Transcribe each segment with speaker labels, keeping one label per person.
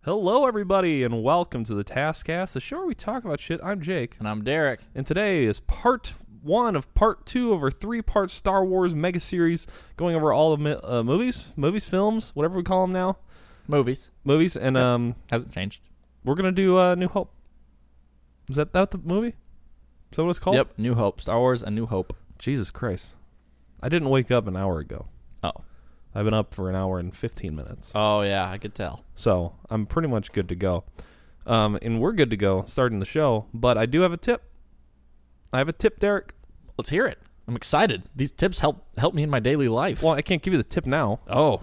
Speaker 1: Hello, everybody, and welcome to the Taskcast, the show where we talk about shit. I'm Jake,
Speaker 2: And I'm Derek.
Speaker 1: and today is part one of part two of our three-part Star Wars mega series, going over all of mi- uh, movies, movies, films, whatever we call them now,
Speaker 2: Movies
Speaker 1: movies, and um,
Speaker 2: hasn't changed.
Speaker 1: we're gonna do uh, New Hope. Is that that the movie? Is that what it's called?
Speaker 2: Yep, New Hope, Star Wars, A New Hope.
Speaker 1: Jesus Christ, I didn't wake up an hour ago.
Speaker 2: Oh,
Speaker 1: I've been up for an hour and fifteen minutes.
Speaker 2: oh yeah, I could tell.
Speaker 1: So I'm pretty much good to go. Um, and we're good to go starting the show, but I do have a tip. I have a tip, Derek.
Speaker 2: Let's hear it. I'm excited. These tips help help me in my daily life.
Speaker 1: Well, I can't give you the tip now,
Speaker 2: oh, but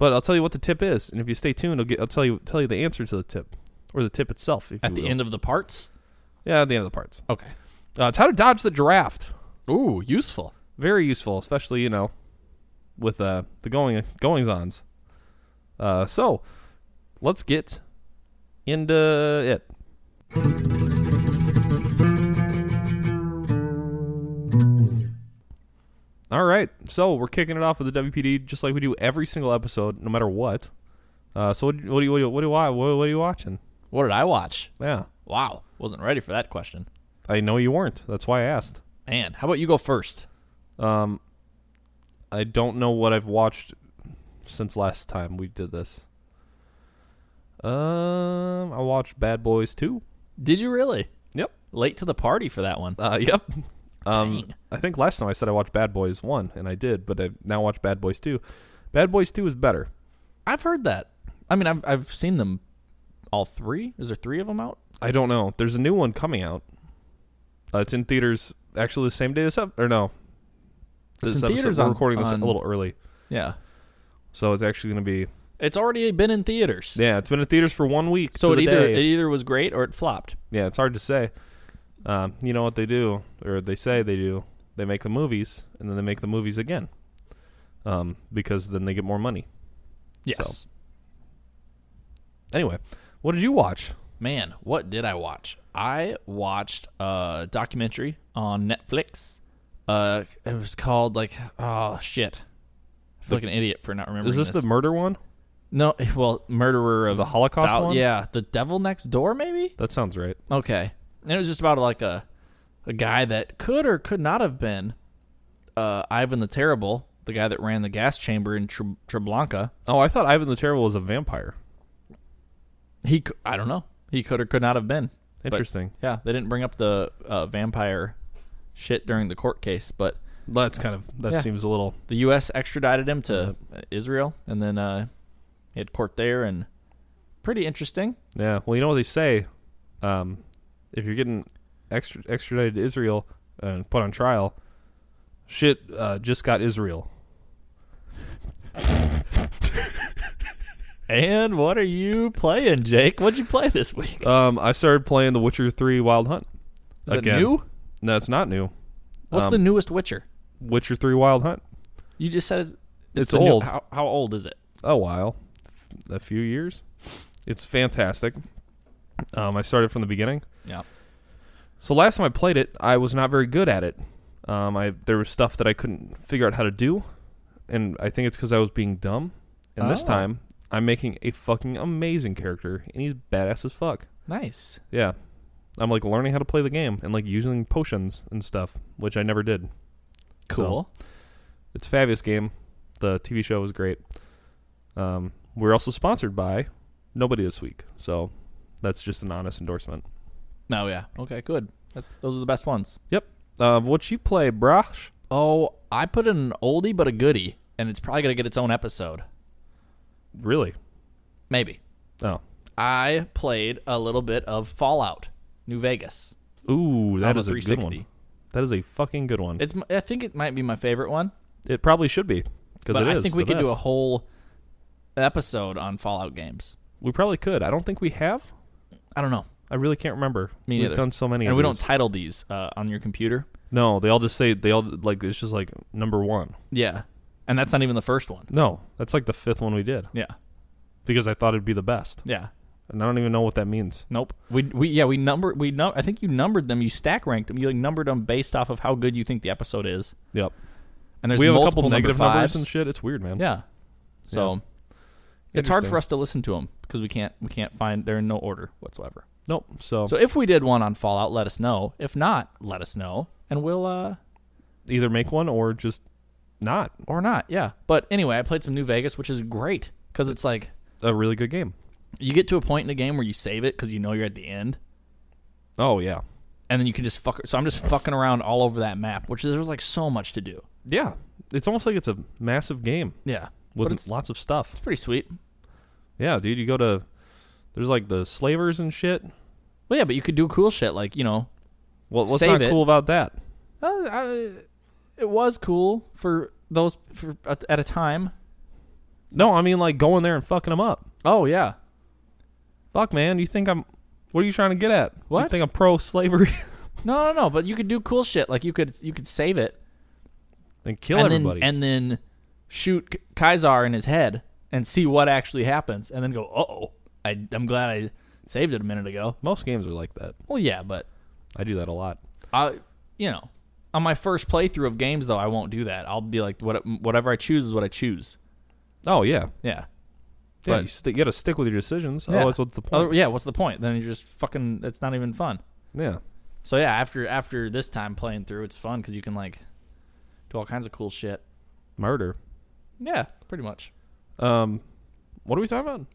Speaker 1: but I'll tell you what the tip is, and if you stay tuned, I'll, get, I'll tell you tell you the answer to the tip or the tip itself. If
Speaker 2: at
Speaker 1: you
Speaker 2: the
Speaker 1: will.
Speaker 2: end of the parts.
Speaker 1: yeah, at the end of the parts.
Speaker 2: Okay.
Speaker 1: Uh, it's how to dodge the draft.
Speaker 2: Ooh, useful.
Speaker 1: Very useful, especially you know, with uh, the going goings ons. Uh, so let's get into it. All right, so we're kicking it off with the WPD just like we do every single episode, no matter what. Uh, so what, do you- what do you what do you, what do you wa- what, what are you watching?
Speaker 2: What did I watch?
Speaker 1: Yeah,
Speaker 2: Wow, wasn't ready for that question.
Speaker 1: I know you weren't. That's why I asked.
Speaker 2: Man, how about you go first?
Speaker 1: Um, I don't know what I've watched since last time we did this. Um, I watched Bad Boys 2.
Speaker 2: Did you really?
Speaker 1: Yep.
Speaker 2: Late to the party for that one.
Speaker 1: Uh, yep. Um,
Speaker 2: Dang.
Speaker 1: I think last time I said I watched Bad Boys 1, and I did, but I now watch Bad Boys 2. Bad Boys 2 is better.
Speaker 2: I've heard that. I mean, I've I've seen them all three. Is there three of them out?
Speaker 1: I don't know. There's a new one coming out. Uh, it's in theaters actually the same day this up or no. This
Speaker 2: It's in
Speaker 1: episode-
Speaker 2: theaters
Speaker 1: we're
Speaker 2: on-
Speaker 1: recording this
Speaker 2: on-
Speaker 1: a little early.
Speaker 2: Yeah.
Speaker 1: So it's actually going to be
Speaker 2: It's already been in theaters.
Speaker 1: Yeah, it's been in theaters for 1 week
Speaker 2: So
Speaker 1: to
Speaker 2: it
Speaker 1: the
Speaker 2: either
Speaker 1: day.
Speaker 2: it either was great or it flopped.
Speaker 1: Yeah, it's hard to say. Um, you know what they do, or they say they do. They make the movies, and then they make the movies again, um, because then they get more money.
Speaker 2: Yes.
Speaker 1: Anyway, what did you watch?
Speaker 2: Man, what did I watch? I watched a documentary on Netflix. Uh, it was called like oh shit. I feel like an idiot for not remembering.
Speaker 1: Is this the murder one?
Speaker 2: no? Well, murderer of
Speaker 1: The Holocaust
Speaker 2: Thou-
Speaker 1: one?
Speaker 2: Yeah, the devil next door, maybe.
Speaker 1: That sounds right.
Speaker 2: Okay, and it was just about like a a guy that could or could not have been uh, Ivan the Terrible, the guy that ran the gas chamber in Tre- Treblanka.
Speaker 1: Oh, I thought Ivan the Terrible was a vampire.
Speaker 2: He, c- I don't know. He could or could not have been.
Speaker 1: Interesting.
Speaker 2: Yeah, they didn't bring up the uh, vampire shit during the court case, but
Speaker 1: Well, that's kind of that
Speaker 2: Yeah.
Speaker 1: seems a little.
Speaker 2: the U.S. extradited him to uh Israel, and then uh, he had court there, and pretty interesting.
Speaker 1: Yeah. Well, you know what they say. Um, if you're getting extra, extradited to Israel and put on trial, shit uh, just got Israel.
Speaker 2: And what are you playing, Jake? What'd you play this week?
Speaker 1: Um, I started playing The Witcher Three: Wild Hunt.
Speaker 2: Is it
Speaker 1: Again.
Speaker 2: new?
Speaker 1: No, it's not new.
Speaker 2: What's
Speaker 1: Um,
Speaker 2: the newest Witcher?
Speaker 1: Witcher Three: Wild Hunt.
Speaker 2: You just said it's,
Speaker 1: It's
Speaker 2: the new-
Speaker 1: old.
Speaker 2: how, how old is it?
Speaker 1: A while, a few years. It's fantastic. Um, I started from the beginning.
Speaker 2: Yeah.
Speaker 1: So last time I played it, I was not very good at it. Um, I there was stuff that I couldn't figure out how to do, and I think it's because I was being dumb. And this
Speaker 2: Oh.
Speaker 1: time, I'm making a fucking amazing character, and he's badass as fuck.
Speaker 2: Nice.
Speaker 1: Yeah. I'm like learning how to play the game and like using potions and stuff, which I never did. So,
Speaker 2: Cool.
Speaker 1: it's a fabulous game. The TV show was great. Um, we're also sponsored by Nobody This Week, so that's just an honest endorsement.
Speaker 2: No, yeah. Okay, good. That's those are the best ones.
Speaker 1: Yep. Uh, what you play, Brosh?
Speaker 2: Oh, I put in an oldie but a goodie, and it's probably gonna get its own episode.
Speaker 1: Really?
Speaker 2: Maybe.
Speaker 1: Oh.
Speaker 2: I played a little bit of Fallout New Vegas.
Speaker 1: Ooh, that
Speaker 2: the
Speaker 1: is a good
Speaker 2: 360.
Speaker 1: one. That is a fucking good one. It,
Speaker 2: It's m- I think it might be my favorite one,
Speaker 1: probably should be because
Speaker 2: but
Speaker 1: it is.
Speaker 2: I think we
Speaker 1: the
Speaker 2: could do a
Speaker 1: best.
Speaker 2: whole episode on Fallout games.
Speaker 1: We probably could. I don't think we have.
Speaker 2: I don't know.
Speaker 1: I really can't remember.
Speaker 2: Me
Speaker 1: We've
Speaker 2: neither.
Speaker 1: done so many.
Speaker 2: and
Speaker 1: of
Speaker 2: we
Speaker 1: these.
Speaker 2: don't title these uh, on your computer.
Speaker 1: no, they all just say they all like it's just like number one.
Speaker 2: Yeah. And that's not even the first one.
Speaker 1: No, that's like the fifth one we did
Speaker 2: Yeah.
Speaker 1: because I thought it'd be the best,
Speaker 2: Yeah.
Speaker 1: and I don't even know what that means.
Speaker 2: Nope. We we yeah, we number we num- I think you numbered them, you stack ranked them. You like numbered them based off of how good you think the episode is.
Speaker 1: Yep.
Speaker 2: And there's
Speaker 1: we have a
Speaker 2: multiple
Speaker 1: couple
Speaker 2: number
Speaker 1: negative numbers
Speaker 2: fives.
Speaker 1: and shit. It's weird, man.
Speaker 2: Yeah. So It's hard
Speaker 1: Interesting.
Speaker 2: for us to listen to them because we can't we can't find they're in no order whatsoever.
Speaker 1: Nope. So,
Speaker 2: So if we did one on Fallout, let us know. If not, let us know, and we'll uh
Speaker 1: either make one or just not
Speaker 2: or not. Yeah. But anyway, I played some New Vegas, which is great because it's like
Speaker 1: a really good game.
Speaker 2: you get to a point in the game where you save it because you know you're at the end,
Speaker 1: Oh yeah,
Speaker 2: and then you can just fuck. So I'm just fucking around all over that map, which there's like so much to do.
Speaker 1: yeah. It's almost like it's a massive game
Speaker 2: Yeah,
Speaker 1: with
Speaker 2: but it's
Speaker 1: lots of stuff.
Speaker 2: it's pretty sweet.
Speaker 1: Yeah, dude. You go to there's like the slavers and shit.
Speaker 2: Well, yeah, but you could do cool shit like you know,
Speaker 1: Well, what's
Speaker 2: Save
Speaker 1: not
Speaker 2: it.
Speaker 1: cool about that?
Speaker 2: uh, I, it was cool for those for at, at a time.
Speaker 1: No, I mean like going there and fucking them up.
Speaker 2: Oh yeah,
Speaker 1: Fuck, man. You think I'm? What are you trying to get at? You
Speaker 2: What?
Speaker 1: think I'm pro slavery
Speaker 2: no, no, no. But you could do cool shit like you could you could save it
Speaker 1: and kill
Speaker 2: and
Speaker 1: everybody?
Speaker 2: then and then shoot K- Kaisar in his head and see what actually happens, and then go, oh, I I'm glad I saved it a minute ago.
Speaker 1: Most games are like that.
Speaker 2: Well, yeah, but
Speaker 1: I do that a lot.
Speaker 2: I, you know, on my first playthrough of games though, I won't do that. I'll be like, what, whatever I choose is what I choose.
Speaker 1: Oh yeah,
Speaker 2: Yeah.
Speaker 1: yeah.
Speaker 2: But-
Speaker 1: you, sti- you got to stick with your decisions.
Speaker 2: Yeah.
Speaker 1: Otherwise, what's the point?
Speaker 2: Other, yeah. What's the point? Then you're just fucking. It's not even fun.
Speaker 1: yeah.
Speaker 2: So yeah, after after this time playing through, it's fun because you can like do all kinds of cool shit.
Speaker 1: Murder.
Speaker 2: Yeah, pretty much.
Speaker 1: Um, what are we talking about?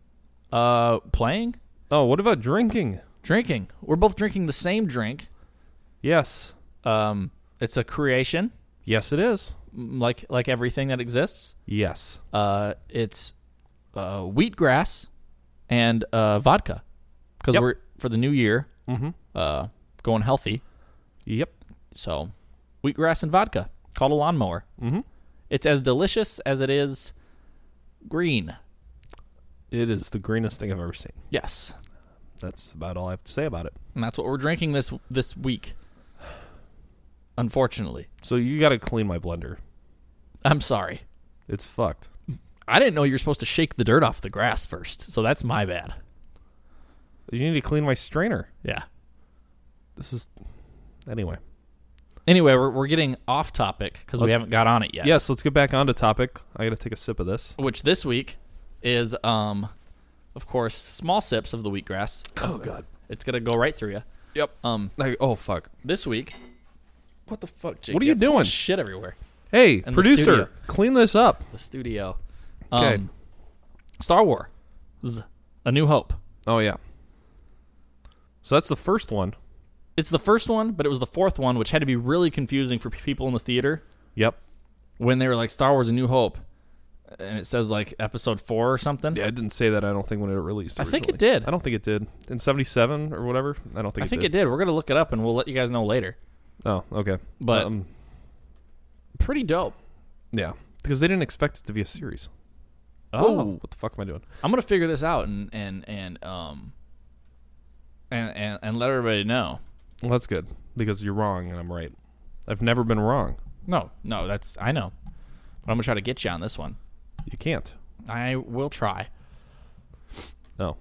Speaker 2: Uh, playing,
Speaker 1: Oh, what about drinking?
Speaker 2: drinking. We're both drinking the same drink.
Speaker 1: Yes,
Speaker 2: Um, it's a creation,
Speaker 1: yes, it is.
Speaker 2: m- like like everything that exists.
Speaker 1: Yes,
Speaker 2: Uh, it's uh, wheatgrass and uh, vodka because
Speaker 1: Yep.
Speaker 2: we're for the new year
Speaker 1: Mhm.
Speaker 2: uh, going healthy.
Speaker 1: yep.
Speaker 2: So wheatgrass and vodka called a lawnmower.
Speaker 1: Mhm.
Speaker 2: It's as delicious as it is green.
Speaker 1: It is the greenest thing I've ever seen.
Speaker 2: Yes,
Speaker 1: That's about all I have to say about it.
Speaker 2: and that's what we're drinking this this week. Unfortunately,
Speaker 1: So you got to clean my blender.
Speaker 2: I'm sorry.
Speaker 1: It's fucked.
Speaker 2: I didn't know you were supposed to shake the dirt off the grass first, so that's my bad.
Speaker 1: You need to clean my strainer.
Speaker 2: Yeah.
Speaker 1: This is anyway.
Speaker 2: Anyway, we're, we're getting off topic because we
Speaker 1: Let's-
Speaker 2: haven't got on it yet.
Speaker 1: Yes, let's get back onto topic. I got to take a sip of this.
Speaker 2: Which this week is, um, of course, small sips of the wheatgrass.
Speaker 1: Oh god.
Speaker 2: It's gonna go right through you.
Speaker 1: Yep.
Speaker 2: Um,
Speaker 1: Like, oh fuck.
Speaker 2: this week, what the fuck, Jake?
Speaker 1: What are you
Speaker 2: got so
Speaker 1: doing?
Speaker 2: much shit everywhere.
Speaker 1: Hey,
Speaker 2: the
Speaker 1: producer,
Speaker 2: studio.
Speaker 1: clean this up.
Speaker 2: The studio. Um,
Speaker 1: Okay.
Speaker 2: Star Wars, A New Hope.
Speaker 1: Oh yeah. So that's the first one.
Speaker 2: It's the first one, but it was the fourth one, which had to be really confusing for people in the theater
Speaker 1: Yep.
Speaker 2: when they were like Star Wars: A New Hope, and it says like Episode Four or something.
Speaker 1: Yeah, it didn't say that. I don't think when it released.
Speaker 2: I think it
Speaker 1: originally.
Speaker 2: did.
Speaker 1: I don't think it did in '77 or whatever. I don't think.
Speaker 2: I
Speaker 1: it
Speaker 2: think
Speaker 1: did.
Speaker 2: it did. We're gonna look it up and we'll let you guys know later.
Speaker 1: Oh, okay.
Speaker 2: But-
Speaker 1: um,
Speaker 2: Pretty dope.
Speaker 1: yeah, because they didn't expect it to be a series.
Speaker 2: Oh.
Speaker 1: Whoa, what the fuck am I doing?
Speaker 2: I'm gonna figure this out and and and um and and, and let everybody know.
Speaker 1: Well, that's good because you're wrong and I'm right. I've never been wrong.
Speaker 2: No, no, that's I know. But I'm gonna try to get you on this one.
Speaker 1: You can't.
Speaker 2: I will try.
Speaker 1: No.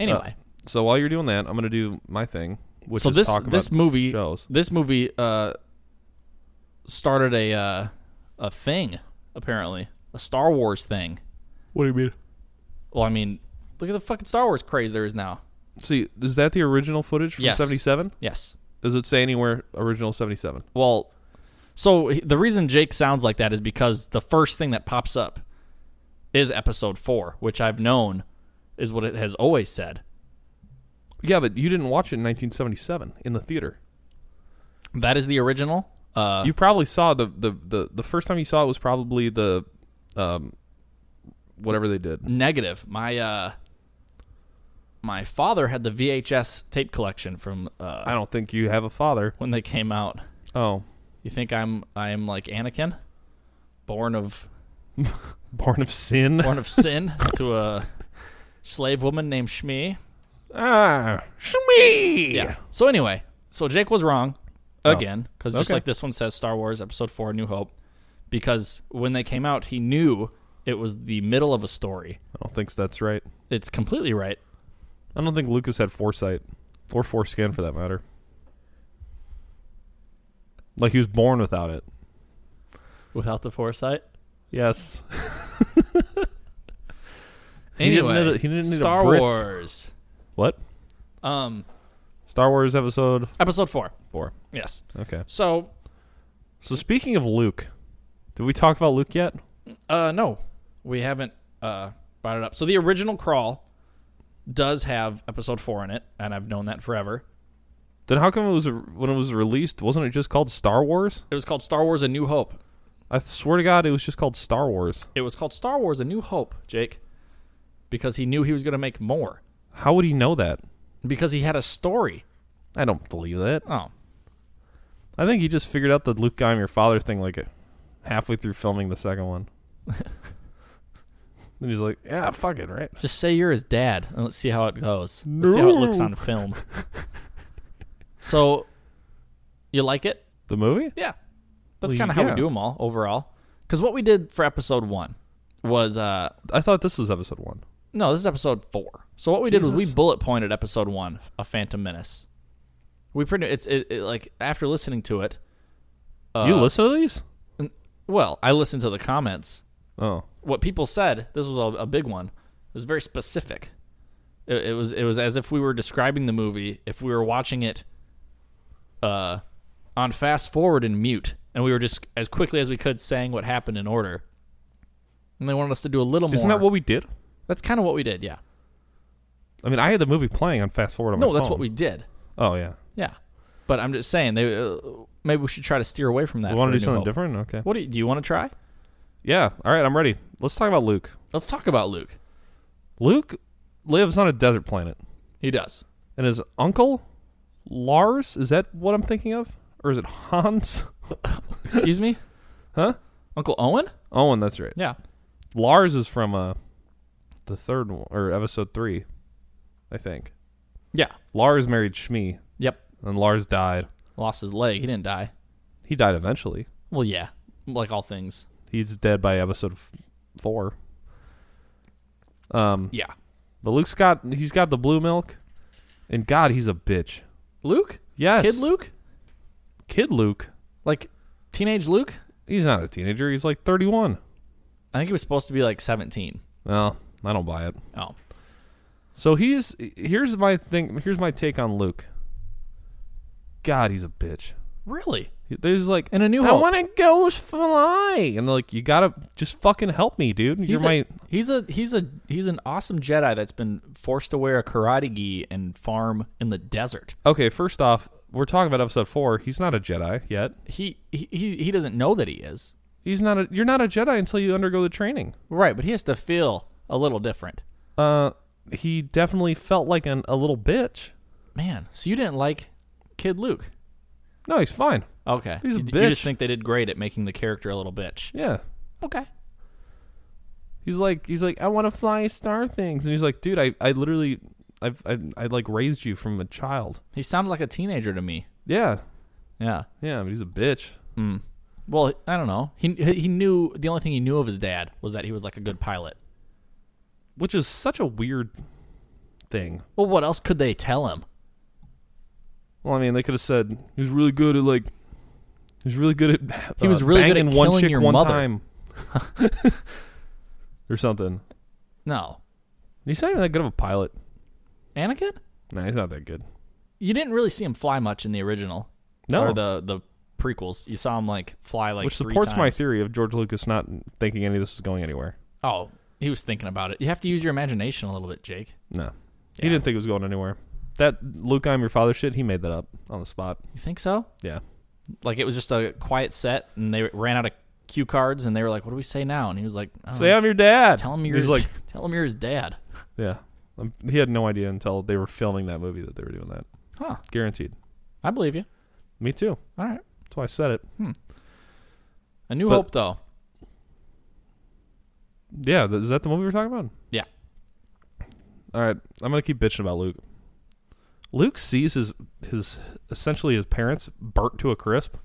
Speaker 2: Anyway,
Speaker 1: Oh. So while you're doing that, I'm gonna do my thing, which
Speaker 2: so
Speaker 1: is
Speaker 2: this
Speaker 1: talk about
Speaker 2: this movie
Speaker 1: shows.
Speaker 2: this movie uh started a uh a thing apparently a Star Wars thing.
Speaker 1: What do you mean?
Speaker 2: Well, I mean, look at the fucking Star Wars craze there is now.
Speaker 1: See, is that the original footage from
Speaker 2: Yes.
Speaker 1: '77?
Speaker 2: Yes.
Speaker 1: Does it say anywhere original '77?
Speaker 2: Well, so h- the reason Jake sounds like that is because the first thing that pops up is episode four, which I've known is what it has always said.
Speaker 1: Yeah, but you didn't watch it in 1977 in the theater.
Speaker 2: That is the original. Uh,
Speaker 1: you probably saw the, the the the first time you saw it was probably the um whatever they did.
Speaker 2: negative. My uh, my father had the VHS tape collection from uh,
Speaker 1: I don't think you have a father.
Speaker 2: when they came out.
Speaker 1: Oh,
Speaker 2: You think I'm I'm like Anakin, born of
Speaker 1: born of sin.
Speaker 2: born of sin to a slave woman named Shmi.
Speaker 1: Ah, shmee.
Speaker 2: Yeah. So anyway, so Jake was wrong again because just
Speaker 1: Oh. Okay.
Speaker 2: like this one says, Star Wars Episode Four: New Hope, because when they came out, he knew it was the middle of a story.
Speaker 1: I don't think that's right.
Speaker 2: It's completely right.
Speaker 1: I don't think Lucas had foresight or foreskin for that matter. Like he was born without it.
Speaker 2: Without the foresight,
Speaker 1: Yes. didn't
Speaker 2: Anyway,
Speaker 1: need a- he didn't need a
Speaker 2: Star
Speaker 1: bris.
Speaker 2: Wars.
Speaker 1: What?
Speaker 2: Um,
Speaker 1: Star Wars episode
Speaker 2: episode four.
Speaker 1: four.
Speaker 2: Yes.
Speaker 1: Okay.
Speaker 2: So,
Speaker 1: So speaking of Luke, did we talk about Luke yet?
Speaker 2: uh, no, we haven't uh brought it up. So the original crawl does have episode four in it, and I've known that forever.
Speaker 1: Then how come it was when it was released? Wasn't it just called Star Wars?
Speaker 2: It was called Star Wars: A New Hope.
Speaker 1: I swear to God, it was just called Star Wars.
Speaker 2: It was called Star Wars: A New Hope, Jake, because he knew he was going to make more
Speaker 1: How would he know that?
Speaker 2: because he had a story.
Speaker 1: I don't believe that.
Speaker 2: Oh,
Speaker 1: I think he just figured out the Luke, I'm your father thing like uh, halfway through filming the second one. and he's like, yeah, fuck it, right?
Speaker 2: just say you're his dad, and let's see how it goes. Let's see how it looks
Speaker 1: No.
Speaker 2: on film. so, you like it?
Speaker 1: The movie?
Speaker 2: Yeah. That's
Speaker 1: Well,
Speaker 2: kind of how
Speaker 1: yeah.
Speaker 2: we do them all overall. Because what we did for episode one was uh
Speaker 1: I thought this was episode one.
Speaker 2: no, this is episode four. So what we did was
Speaker 1: Jesus.
Speaker 2: we bullet pointed episode one, a Phantom Menace. We pretty it's it, it, like after listening to it. Uh,
Speaker 1: you listen to these?
Speaker 2: Well, I listened to the comments.
Speaker 1: Oh.
Speaker 2: What people said. This was a, a big one. It was very specific. It, it was it was as if we were describing the movie if we were watching it. Uh, on fast forward and mute, and we were just as quickly as we could saying what happened in order. And they wanted us to do a little more.
Speaker 1: Isn't that what we did?
Speaker 2: That's kind of what we did. Yeah.
Speaker 1: I mean, I had the movie playing on fast forward on
Speaker 2: No,
Speaker 1: my
Speaker 2: that's
Speaker 1: phone.
Speaker 2: what we did.
Speaker 1: Oh, yeah.
Speaker 2: Yeah. But I'm just saying they uh, maybe we should try to steer away from that.
Speaker 1: We want
Speaker 2: for
Speaker 1: to
Speaker 2: A
Speaker 1: do
Speaker 2: New
Speaker 1: something
Speaker 2: Hope.
Speaker 1: different? Okay.
Speaker 2: What do you, do you want to try?
Speaker 1: Yeah. All right, I'm ready. Let's talk about Luke.
Speaker 2: Let's talk about Luke.
Speaker 1: Luke lives on a desert planet,
Speaker 2: He does.
Speaker 1: and his uncle, Lars, is that what I'm thinking of? Or is it Hans?
Speaker 2: Excuse me,
Speaker 1: Huh?
Speaker 2: Uncle Owen.
Speaker 1: Owen, that's right.
Speaker 2: Yeah.
Speaker 1: Lars is from uh, the third one, or episode three, I think.
Speaker 2: Yeah.
Speaker 1: Lars married Shmi,
Speaker 2: Yep.
Speaker 1: and Lars died.
Speaker 2: Lost his leg. He didn't die.
Speaker 1: He died eventually.
Speaker 2: Well, yeah. Like all things.
Speaker 1: He's dead by episode f- four. Um,
Speaker 2: Yeah.
Speaker 1: but Luke's got he's got the blue milk, and God, he's a bitch.
Speaker 2: Luke.
Speaker 1: Yes,
Speaker 2: Kid Luke.
Speaker 1: Kid Luke.
Speaker 2: Like teenage Luke.
Speaker 1: He's not a teenager. He's like thirty-one.
Speaker 2: I think he was supposed to be like 17.
Speaker 1: Well, I don't buy it.
Speaker 2: Oh.
Speaker 1: So he's here's my thing. Here's my take on Luke. God, he's a bitch.
Speaker 2: Really?
Speaker 1: There's like,
Speaker 2: In A New
Speaker 1: I
Speaker 2: Hope.
Speaker 1: want to go fly, and they're like, you gotta just fucking help me, dude. You're
Speaker 2: He's a,
Speaker 1: my
Speaker 2: he's a he's a he's an awesome Jedi that's been forced to wear a karate gi and farm in the desert.
Speaker 1: okay. First off, we're talking about episode four. He's not a Jedi yet.
Speaker 2: He he he, he doesn't know that he is.
Speaker 1: He's not a. You're not a Jedi until you undergo the training.
Speaker 2: Right, but he has to feel a little different.
Speaker 1: Uh, he definitely felt like an, a little bitch.
Speaker 2: Man, so you didn't like Kid Luke.
Speaker 1: No, he's fine.
Speaker 2: Okay.
Speaker 1: He's a
Speaker 2: you, you
Speaker 1: bitch.
Speaker 2: just think they did great at making the character a little bitch.
Speaker 1: Yeah,
Speaker 2: Okay.
Speaker 1: he's like he's like I want to fly star things, and he's like, dude, I I literally I've I, I like raised you from a child.
Speaker 2: He sounded like a teenager to me.
Speaker 1: Yeah,
Speaker 2: Yeah.
Speaker 1: yeah, but he's a bitch.
Speaker 2: Well, I don't know. He he knew the only thing he knew of his dad was that he was like a good pilot.
Speaker 1: which is such a weird thing.
Speaker 2: Well, what else could they tell him?
Speaker 1: Well, I mean, they could have said he was really good at like he was really good at uh,
Speaker 2: He was really good
Speaker 1: banging
Speaker 2: at
Speaker 1: one
Speaker 2: killing
Speaker 1: chick
Speaker 2: your
Speaker 1: one
Speaker 2: mother.
Speaker 1: time or something.
Speaker 2: No.
Speaker 1: He's not even that good of a pilot.
Speaker 2: Anakin?
Speaker 1: No, he's not that good.
Speaker 2: You didn't really see him fly much in the original.
Speaker 1: No,
Speaker 2: Or the the prequels. You saw him like fly like
Speaker 1: which
Speaker 2: three
Speaker 1: supports my
Speaker 2: times.
Speaker 1: theory of George Lucas not thinking any of this is going anywhere.
Speaker 2: Oh, he was thinking about it. You have to use your imagination a little bit, Jake.
Speaker 1: No, he didn't think it was going anywhere. That Luke, I'm your father shit. He made that up on the spot.
Speaker 2: You think so?
Speaker 1: Yeah,
Speaker 2: Like it was just a quiet set, and they ran out of cue cards, and they were like, "What do we say now?" And he was like, I don't
Speaker 1: say
Speaker 2: know,
Speaker 1: I'm your dad.
Speaker 2: Oh, "Tell him you're
Speaker 1: He's
Speaker 2: his,
Speaker 1: like,
Speaker 2: tell him you're his dad."
Speaker 1: yeah. Um, He had no idea until they were filming that movie that they were doing that.
Speaker 2: Huh?
Speaker 1: Guaranteed.
Speaker 2: I believe you.
Speaker 1: Me too.
Speaker 2: All right.
Speaker 1: That's why I said it.
Speaker 2: A New
Speaker 1: But-
Speaker 2: Hope, though.
Speaker 1: Yeah, th- is that the movie we're talking about?
Speaker 2: Yeah.
Speaker 1: All right, I'm gonna keep bitching about Luke. Luke sees his his essentially his parents burnt to a crisp,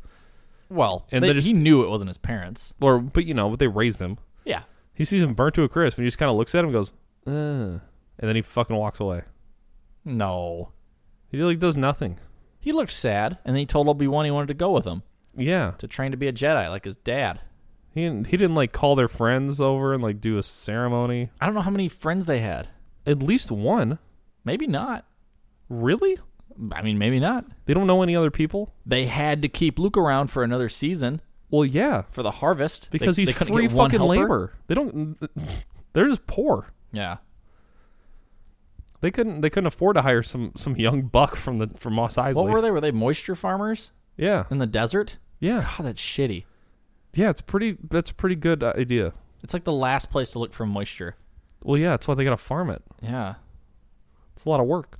Speaker 2: Well,
Speaker 1: And
Speaker 2: and
Speaker 1: they just-
Speaker 2: he knew it wasn't his parents.
Speaker 1: or but you know, but they raised him.
Speaker 2: Yeah.
Speaker 1: He sees him burnt to a crisp, and he just kind of looks at him and goes, "Ugh," and then he fucking walks away.
Speaker 2: No.
Speaker 1: He like does nothing.
Speaker 2: He looked sad, and then he told Obi Wan he wanted to go with him
Speaker 1: Yeah,
Speaker 2: to train to be a Jedi like his dad.
Speaker 1: He- He didn't, he didn't like call their friends over and like do a ceremony.
Speaker 2: I don't know how many friends they had.
Speaker 1: At least one.
Speaker 2: Maybe not.
Speaker 1: Really?
Speaker 2: I mean, maybe not.
Speaker 1: They don't know any other people?
Speaker 2: They had to keep Luke around for another season
Speaker 1: Well, yeah,
Speaker 2: for the harvest They-
Speaker 1: because
Speaker 2: they
Speaker 1: he's
Speaker 2: couldn't
Speaker 1: free
Speaker 2: get one
Speaker 1: fucking
Speaker 2: helper.
Speaker 1: labor. They don't they're just poor.
Speaker 2: Yeah,
Speaker 1: They couldn't they couldn't afford to hire some some young buck from the from Moss Isley.
Speaker 2: what were they? Were they moisture farmers
Speaker 1: Yeah.
Speaker 2: in the desert?
Speaker 1: Yeah.
Speaker 2: God, that's shitty.
Speaker 1: Yeah, it's pretty that's a pretty good uh, idea.
Speaker 2: It's like the last place to look for moisture.
Speaker 1: Well, yeah, that's why they got to farm it.
Speaker 2: Yeah,
Speaker 1: It's a lot of work.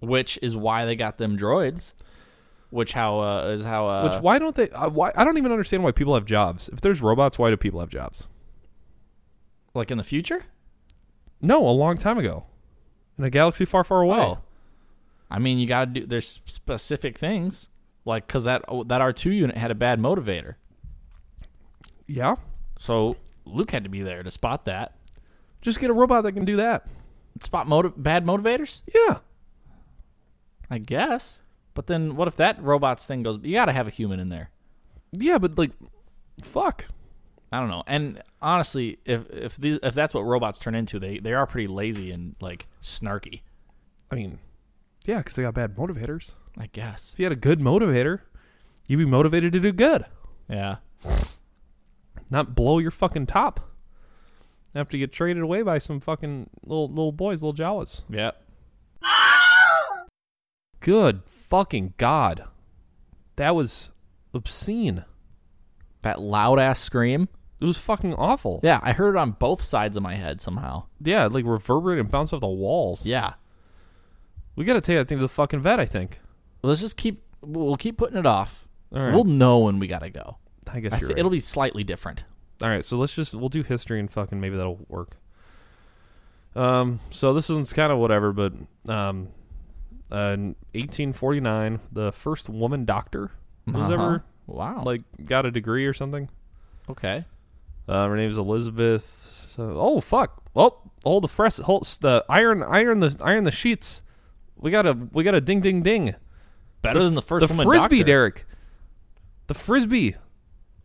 Speaker 2: which is why they got them droids. Which how uh, is how uh,
Speaker 1: Which why don't they uh, why I don't even understand why people have jobs. If there's robots, why do people have jobs?
Speaker 2: like in the future?
Speaker 1: No, a long time ago. In a galaxy far, far away.
Speaker 2: Well, I mean, you got to do. There's specific things like because that oh, that R two unit had a bad motivator,
Speaker 1: Yeah.
Speaker 2: so Luke had to be there to spot that.
Speaker 1: Just get a robot that can do that.
Speaker 2: Spot motiv- bad motivators,
Speaker 1: Yeah.
Speaker 2: I guess. But then, what if that robots thing goes? You got to have a human in there.
Speaker 1: Yeah, but like fuck.
Speaker 2: I don't know. And honestly, if if these if that's what robots turn into, they they are pretty lazy and like snarky.
Speaker 1: I mean, yeah, because they got bad motivators.
Speaker 2: I guess.
Speaker 1: If you had a good motivator, you'd be motivated to do good,
Speaker 2: Yeah.
Speaker 1: not blow your fucking top after you get traded away by some fucking little little boys, little jawas.
Speaker 2: Yep.
Speaker 1: Good fucking god, that was obscene.
Speaker 2: That loud ass scream.
Speaker 1: It was fucking awful.
Speaker 2: Yeah, I heard it on both sides of my head somehow.
Speaker 1: Yeah, it, like reverberated and bounced off the walls.
Speaker 2: Yeah.
Speaker 1: We gotta take that thing to the fucking vet. I think.
Speaker 2: Let's just keep we'll keep putting it off.
Speaker 1: All right.
Speaker 2: We'll know when we gotta go.
Speaker 1: I guess
Speaker 2: I
Speaker 1: you're
Speaker 2: thi-
Speaker 1: right.
Speaker 2: It'll be slightly different.
Speaker 1: All right, so let's just we'll do history and fucking maybe that'll work. Um, so this one's kind of whatever, but um, uh, in 1849, the first woman doctor who's
Speaker 2: Uh-huh.
Speaker 1: ever
Speaker 2: Wow.
Speaker 1: like got a degree or something.
Speaker 2: okay.
Speaker 1: Uh, her name is Elizabeth. So, oh fuck! Oh, hold the press, hold s- the iron, iron the iron the sheets. We got a we got a ding ding ding.
Speaker 2: Better than the first
Speaker 1: the
Speaker 2: woman
Speaker 1: frisbee,
Speaker 2: doctor.
Speaker 1: Derek. The frisbee.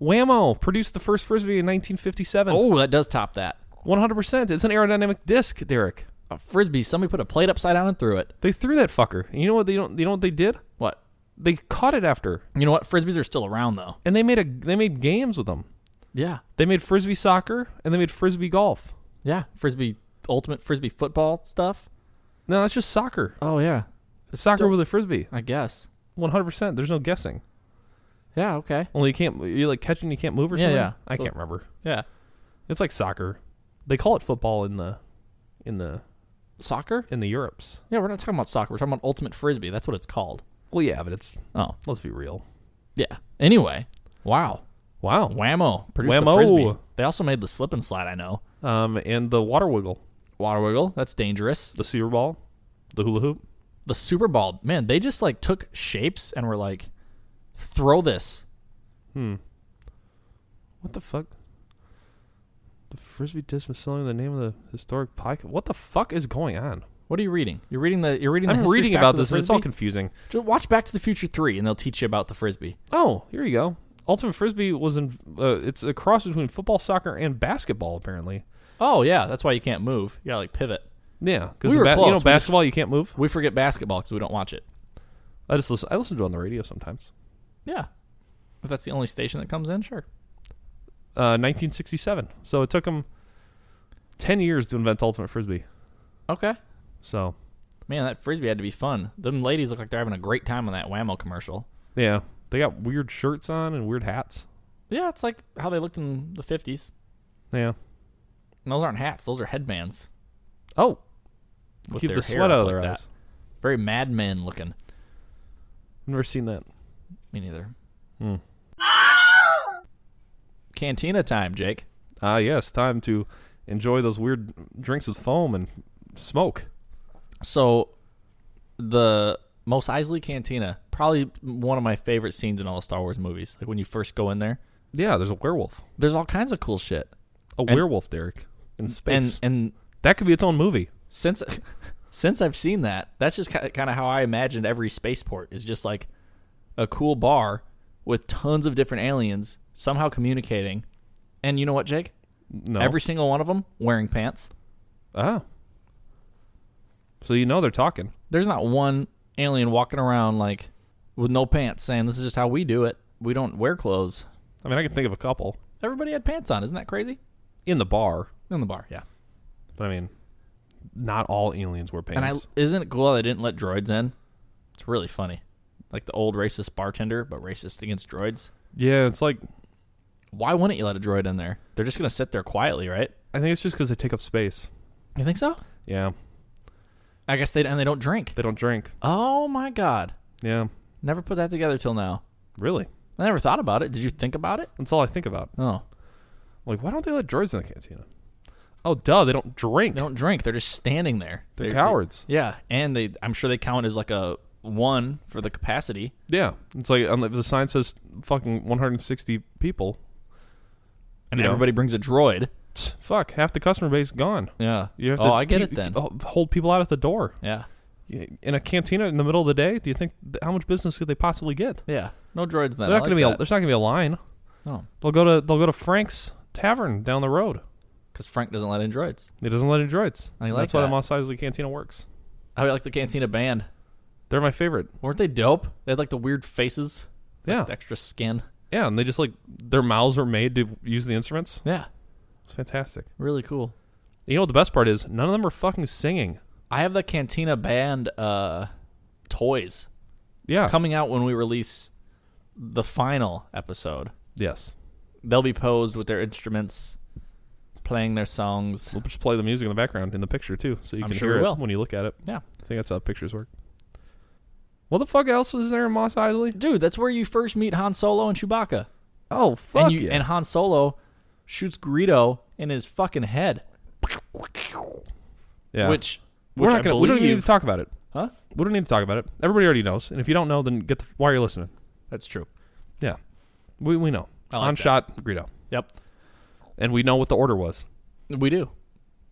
Speaker 1: Whammo produced the first frisbee in 1957.
Speaker 2: Oh, that does top that.
Speaker 1: One hundred percent. It's an aerodynamic disc, Derek.
Speaker 2: A frisbee. Somebody put a plate upside down and threw it.
Speaker 1: They threw that fucker. And you know what they don't? They know what they did?
Speaker 2: What?
Speaker 1: They caught it after,
Speaker 2: You know what? Frisbees are still around though.
Speaker 1: and they made a they made games with them.
Speaker 2: Yeah.
Speaker 1: They made frisbee soccer and they made frisbee golf.
Speaker 2: Yeah. Frisbee ultimate frisbee football stuff.
Speaker 1: No, that's just soccer.
Speaker 2: Oh yeah.
Speaker 1: It's soccer with a frisbee.
Speaker 2: I guess.
Speaker 1: One hundred percent. There's no guessing.
Speaker 2: Yeah, okay.
Speaker 1: Only you can't you like catching you can't move or
Speaker 2: Yeah,
Speaker 1: something.
Speaker 2: yeah.
Speaker 1: I
Speaker 2: So-
Speaker 1: can't remember.
Speaker 2: Yeah.
Speaker 1: It's like soccer. They call it football in the in the
Speaker 2: Soccer?
Speaker 1: in the Europes.
Speaker 2: Yeah, we're not talking about soccer. We're talking about ultimate frisbee. That's what it's called.
Speaker 1: Well, yeah, but it's
Speaker 2: Oh.
Speaker 1: let's be real.
Speaker 2: Yeah. Anyway. Wow.
Speaker 1: Wow.
Speaker 2: Whammo produced
Speaker 1: Whammo.
Speaker 2: the frisbee. They also made the slip and slide. I know.
Speaker 1: Um, and the water wiggle,
Speaker 2: Water wiggle. That's dangerous.
Speaker 1: the super ball, the hula hoop.
Speaker 2: The super ball. Man, they just like took shapes and were like, throw this.
Speaker 1: What the fuck? The Frisbee disc misspelling the name of the historic pike. What the fuck is going on?
Speaker 2: What are you reading? You're reading the. You're reading. The
Speaker 1: I'm
Speaker 2: history
Speaker 1: reading
Speaker 2: fact
Speaker 1: about
Speaker 2: of the
Speaker 1: this and it's all
Speaker 2: Frisbee?
Speaker 1: confusing.
Speaker 2: Just watch Back to the Future Three, and they'll teach you about the frisbee.
Speaker 1: Oh, here you go. Ultimate Frisbee was in. Uh, it's a cross between football, soccer, and basketball. Apparently,
Speaker 2: Oh yeah, that's why you can't move. You gotta like pivot.
Speaker 1: yeah, because
Speaker 2: We were
Speaker 1: you
Speaker 2: close.
Speaker 1: know
Speaker 2: We
Speaker 1: basketball you can't move.
Speaker 2: We forget basketball because we don't watch it.
Speaker 1: I just listen. I listen to it on the radio sometimes.
Speaker 2: Yeah, if that's the only station that comes in, sure.
Speaker 1: Uh, 1967. So it took them ten years to invent ultimate frisbee.
Speaker 2: Okay.
Speaker 1: So
Speaker 2: Man, that frisbee had to be fun. Them ladies look like they're having a great time on that Whammo commercial.
Speaker 1: yeah, they got weird shirts on and weird hats.
Speaker 2: Yeah, it's like how they looked in the fifties.
Speaker 1: Yeah.
Speaker 2: And those aren't hats; those are headbands.
Speaker 1: Oh,
Speaker 2: With
Speaker 1: keep
Speaker 2: their
Speaker 1: the
Speaker 2: hair
Speaker 1: sweat out
Speaker 2: up
Speaker 1: of
Speaker 2: like
Speaker 1: their
Speaker 2: that.
Speaker 1: eyes.
Speaker 2: Very madman looking.
Speaker 1: Never seen that.
Speaker 2: Me neither.
Speaker 1: Hmm.
Speaker 2: Cantina time, Jake.
Speaker 1: Ah, yes, time to enjoy those weird drinks with foam and smoke.
Speaker 2: So, the Mos Eisley Cantina, probably one of my favorite scenes in all the Star Wars movies. Like when you first go in there,
Speaker 1: Yeah, there's a werewolf.
Speaker 2: there's all kinds of cool shit.
Speaker 1: A werewolf, Derek, in space.
Speaker 2: And and
Speaker 1: that could be its own movie.
Speaker 2: since since I've seen that, that's just kind of, kind of how I imagined every spaceport is just like a cool bar with tons of different aliens somehow communicating. And you know what, Jake?
Speaker 1: No.
Speaker 2: Every single one of them wearing pants.
Speaker 1: ah. So you know they're talking.
Speaker 2: There's not one alien walking around like with no pants saying this is just how we do it. We don't wear clothes.
Speaker 1: I mean, I can think of a couple
Speaker 2: Everybody had pants on, isn't that crazy?
Speaker 1: in the bar,
Speaker 2: In the bar, yeah.
Speaker 1: but I mean, not all aliens wear pants.
Speaker 2: And I isn't it cool how they didn't let droids in? It's really funny. Like the old racist bartender, but racist against droids.
Speaker 1: yeah, it's like
Speaker 2: Why wouldn't you let a droid in there? They're just gonna sit there quietly, right?
Speaker 1: I think it's just because they take up space.
Speaker 2: You think so?
Speaker 1: Yeah,
Speaker 2: I guess they and they don't drink.
Speaker 1: they don't drink.
Speaker 2: Oh my god.
Speaker 1: Yeah,
Speaker 2: Never put that together till now.
Speaker 1: really.
Speaker 2: I never thought about it. Did you think about it?
Speaker 1: That's all I think about.
Speaker 2: Oh.
Speaker 1: Like, why don't they let droids in the cantina? Oh, duh, they don't drink.
Speaker 2: They don't drink. They're just standing there.
Speaker 1: They're cowards.
Speaker 2: yeah, and they I'm sure they count as like a one for the capacity.
Speaker 1: Yeah, it's like um, if the sign says fucking 160 people.
Speaker 2: And
Speaker 1: Yeah.
Speaker 2: everybody brings a droid.
Speaker 1: tsk, Fuck, half the customer base gone.
Speaker 2: Yeah.
Speaker 1: You have
Speaker 2: oh,
Speaker 1: to
Speaker 2: I get
Speaker 1: you-
Speaker 2: it then.
Speaker 1: you Hold people out at the door
Speaker 2: Yeah.
Speaker 1: in a cantina in the middle of the day. Do you think how much business could they possibly get?
Speaker 2: Yeah. No droids
Speaker 1: They're
Speaker 2: then.
Speaker 1: not
Speaker 2: I like
Speaker 1: gonna be. A,
Speaker 2: that.
Speaker 1: there's not gonna be a line.
Speaker 2: Oh,
Speaker 1: They'll go to they'll go to Frank's Tavern down the road.
Speaker 2: because Frank doesn't let in droids.
Speaker 1: He doesn't let in droids.
Speaker 2: I like
Speaker 1: That's why
Speaker 2: that.
Speaker 1: the Mos Eisley Cantina works.
Speaker 2: I like the Cantina band.
Speaker 1: They're my favorite.
Speaker 2: Weren't they dope? They had like the weird faces,
Speaker 1: Yeah,
Speaker 2: the extra skin.
Speaker 1: yeah, and they just like their mouths are made to use the instruments.
Speaker 2: Yeah,
Speaker 1: It's fantastic.
Speaker 2: really cool.
Speaker 1: You know what the best part is? None of them are fucking singing.
Speaker 2: I have the Cantina band uh, toys
Speaker 1: Yeah.
Speaker 2: coming out when we release the final episode.
Speaker 1: yes.
Speaker 2: They'll be posed with their instruments, playing their songs.
Speaker 1: We'll just play the music in the background in the picture too, so you
Speaker 2: I'm
Speaker 1: can
Speaker 2: sure
Speaker 1: hear
Speaker 2: we
Speaker 1: it
Speaker 2: will.
Speaker 1: when you look at it.
Speaker 2: Yeah,
Speaker 1: I think that's how pictures work. What the fuck else is there in Moss Eisley?
Speaker 2: dude, that's where you first meet Han Solo and Chewbacca.
Speaker 1: Oh fuck
Speaker 2: and, you, and Han Solo shoots Greedo in his fucking head,
Speaker 1: yeah.
Speaker 2: which,
Speaker 1: we're
Speaker 2: which
Speaker 1: not
Speaker 2: I
Speaker 1: gonna.
Speaker 2: believe,
Speaker 1: We don't even need to talk about it.
Speaker 2: huh?
Speaker 1: We don't need to talk about it. Everybody already knows, and if you don't know, then get the, why you're listening.
Speaker 2: That's true.
Speaker 1: Yeah, we we know.
Speaker 2: I like
Speaker 1: On
Speaker 2: that.
Speaker 1: shot Greedo,
Speaker 2: Yep,
Speaker 1: and we know what the order was.
Speaker 2: we do.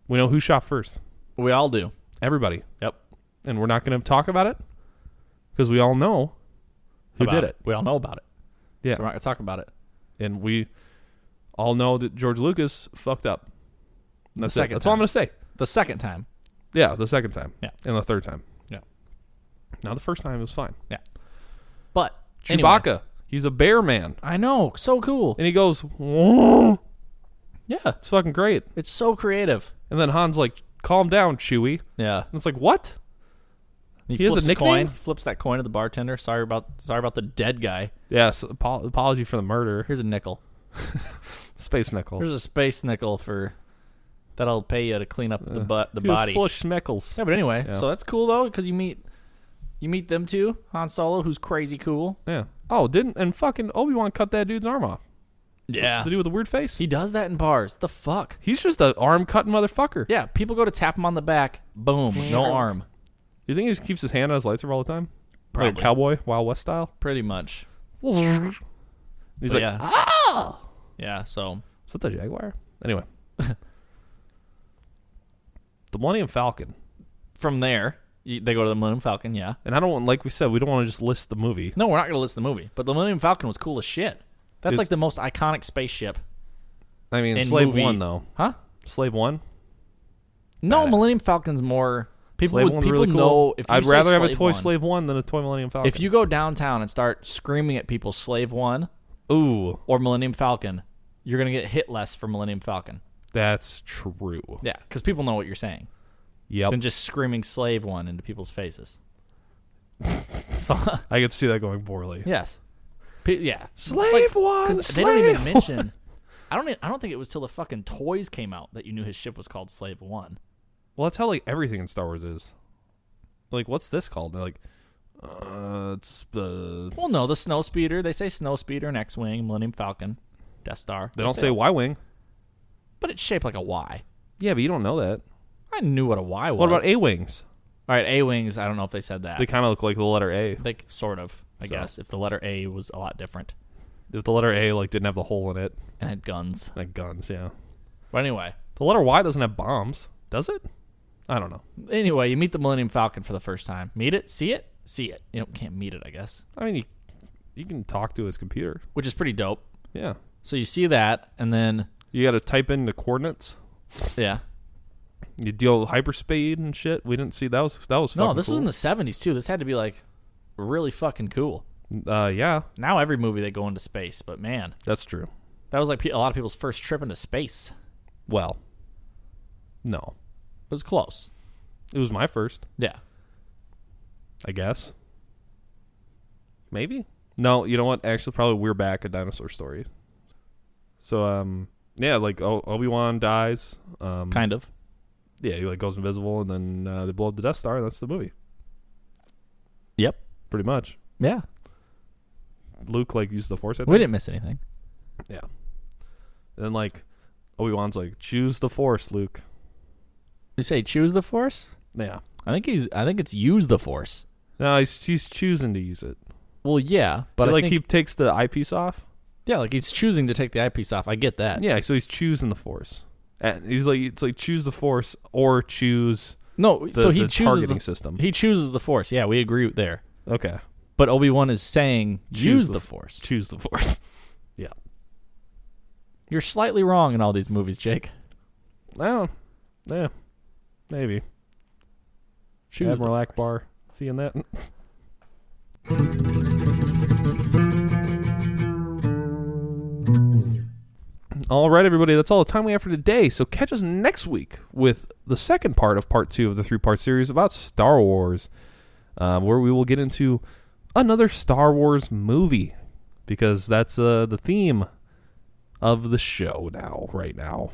Speaker 1: We know who shot first.
Speaker 2: We all do.
Speaker 1: Everybody,
Speaker 2: Yep.
Speaker 1: and we're not going to talk about it because we all know who
Speaker 2: about
Speaker 1: did it.
Speaker 2: We all know about it.
Speaker 1: Yeah.
Speaker 2: So we're not going to talk about it.
Speaker 1: and we all know that George Lucas fucked up. And That's it.
Speaker 2: second
Speaker 1: That's all I'm
Speaker 2: time.
Speaker 1: going to say.
Speaker 2: The second time.
Speaker 1: Yeah, the second time.
Speaker 2: Yeah.
Speaker 1: and the third time.
Speaker 2: Yeah.
Speaker 1: Now the first time it was fine.
Speaker 2: Yeah. But anyway.
Speaker 1: Chewbacca, he's a bear man,
Speaker 2: I know. So cool.
Speaker 1: and he goes, "Whoa."
Speaker 2: Yeah.
Speaker 1: "It's fucking great."
Speaker 2: It's so creative.
Speaker 1: And then Han's like, "Calm down, Chewie."
Speaker 2: Yeah.
Speaker 1: And it's like, "What?" He has a
Speaker 2: flips
Speaker 1: nickname?
Speaker 2: coin. Flips that coin to the bartender. Sorry about sorry about the dead guy.
Speaker 1: Yes, apo- apology for the murder.
Speaker 2: Here's a nickel.
Speaker 1: Space Nickel.
Speaker 2: Here's a space nickel for that'll pay you to clean up the butt the
Speaker 1: Uh, He was
Speaker 2: body.
Speaker 1: full of schmeckles.
Speaker 2: yeah, but anyway,
Speaker 1: Yeah.
Speaker 2: so that's cool though cuz you meet you meet them too. Han Solo who's crazy cool.
Speaker 1: Yeah. Oh, didn't and fucking Obi Wan cut that dude's arm off.
Speaker 2: Yeah.
Speaker 1: The dude with the weird face.
Speaker 2: He does that in bars. The fuck?
Speaker 1: He's just an arm cutting motherfucker.
Speaker 2: Yeah, people go to tap him on the back. Boom, no arm.
Speaker 1: You think he just keeps his hand on his lightsaber all the time? Like
Speaker 2: Probably.
Speaker 1: a cowboy, Wild West style?
Speaker 2: Pretty much.
Speaker 1: He's
Speaker 2: But
Speaker 1: like, "Ah!"
Speaker 2: yeah. Yeah, so
Speaker 1: is that the Jaguar? Anyway. the Millennium Falcon.
Speaker 2: from there, y- they go to the Millennium Falcon, yeah.
Speaker 1: And I don't want, like we said, we don't want to just list the movie.
Speaker 2: No, we're not going to list the movie, but the Millennium Falcon was cool as shit. That's
Speaker 1: It's-
Speaker 2: like the most iconic spaceship.
Speaker 1: I mean,
Speaker 2: In
Speaker 1: Slave
Speaker 2: movie-
Speaker 1: 1, though.
Speaker 2: Huh?
Speaker 1: Slave 1?
Speaker 2: No,
Speaker 1: Badass.
Speaker 2: Millennium Falcon's more people
Speaker 1: Slave
Speaker 2: would
Speaker 1: 1's
Speaker 2: people
Speaker 1: really cool.
Speaker 2: know if you
Speaker 1: I'd
Speaker 2: say
Speaker 1: rather have a
Speaker 2: Slave
Speaker 1: toy
Speaker 2: One,
Speaker 1: Slave 1 than a toy Millennium Falcon.
Speaker 2: If you go downtown and start screaming at people Slave 1
Speaker 1: Ooh,
Speaker 2: or Millennium Falcon, you're going to get hit less for Millennium Falcon.
Speaker 1: that's true.
Speaker 2: Yeah, cuz people know what you're saying.
Speaker 1: Yep.
Speaker 2: Than just screaming Slave 1 into people's faces. so
Speaker 1: I could see that going poorly.
Speaker 2: Yes. P- yeah.
Speaker 1: Slave one,
Speaker 2: Because they don't even
Speaker 1: slave
Speaker 2: mention. I don't. e- I don't think it was till the fucking toys came out that you knew his ship was called Slave One.
Speaker 1: Well, that's how like everything in Star Wars is. Like, what's this called? They're like, uh, it's uh,
Speaker 2: Well, no, the snow speeder. They say snow speeder and X-wing, Millennium Falcon, Death Star.
Speaker 1: they don't say Y wing.
Speaker 2: but it's shaped like a Y.
Speaker 1: Yeah, but you don't know that.
Speaker 2: I knew what a Y was.
Speaker 1: What about A wings?
Speaker 2: All right, A-wings. I don't know if they said that.
Speaker 1: They kind of look like the letter A.
Speaker 2: they sort of, I guess, if the letter A was a lot different
Speaker 1: If the letter A like didn't have the hole in it,
Speaker 2: and had guns.
Speaker 1: like guns, yeah.
Speaker 2: But anyway,
Speaker 1: The letter Y doesn't have bombs, does it? I don't know.
Speaker 2: anyway, you meet the Millennium Falcon for the first time. Meet it, see it, see it. You know, can't meet it, I guess,
Speaker 1: I mean, you, you can talk to his computer.
Speaker 2: which is pretty dope.
Speaker 1: Yeah,
Speaker 2: So you see that, and then
Speaker 1: You got to type in the coordinates.
Speaker 2: yeah,
Speaker 1: You deal with hyperspeed and shit. We didn't see that was that was
Speaker 2: no,
Speaker 1: fucking
Speaker 2: this
Speaker 1: cool.
Speaker 2: was in the '70s too. This had to be like really fucking cool.
Speaker 1: uh yeah,
Speaker 2: Now every movie they go into space, but man,
Speaker 1: that's true.
Speaker 2: that was like pe- a lot of people's first trip into space.
Speaker 1: Well, no,
Speaker 2: It was close.
Speaker 1: it was my first,
Speaker 2: Yeah,
Speaker 1: I guess. Maybe. No, you know what? Actually, probably we're back a dinosaur story. So um, yeah, like o- Obi Wan dies. Um,
Speaker 2: kind of.
Speaker 1: yeah, he like goes invisible, and then uh, they blow up the Death Star. And that's the movie,
Speaker 2: Yep.
Speaker 1: pretty much.
Speaker 2: Yeah,
Speaker 1: Luke like uses the Force. I
Speaker 2: we
Speaker 1: think.
Speaker 2: didn't miss anything.
Speaker 1: Yeah. And then like Obi Wan's like, choose the Force, Luke.
Speaker 2: You say choose the force?
Speaker 1: Yeah.
Speaker 2: I think he's. I think it's use the force.
Speaker 1: No, he's he's choosing to use it.
Speaker 2: Well, yeah, but
Speaker 1: But
Speaker 2: I
Speaker 1: like
Speaker 2: think-
Speaker 1: he takes the eyepiece off.
Speaker 2: yeah, like he's choosing to take the eyepiece off. I get that.
Speaker 1: Yeah, so he's choosing the Force. And he's like, it's like choose the Force or choose
Speaker 2: No,
Speaker 1: the,
Speaker 2: so he
Speaker 1: the
Speaker 2: chooses
Speaker 1: targeting
Speaker 2: the,
Speaker 1: system.
Speaker 2: he chooses the force. Yeah, we agree there.
Speaker 1: okay,
Speaker 2: But Obi Wan is saying use
Speaker 1: the
Speaker 2: the
Speaker 1: f-
Speaker 2: force.
Speaker 1: choose the Force. yeah.
Speaker 2: You're slightly wrong in all these movies, Jake.
Speaker 1: I don't. Yeah. Maybe.
Speaker 2: Choose the
Speaker 1: Admiral
Speaker 2: force.
Speaker 1: Akbar. Seeing that. All right, everybody, that's all the time we have for today. So catch us next week with the second part of part two of the three part series about Star Wars, uh, where we will get into another Star Wars movie because that's uh, the theme of the show now, right now.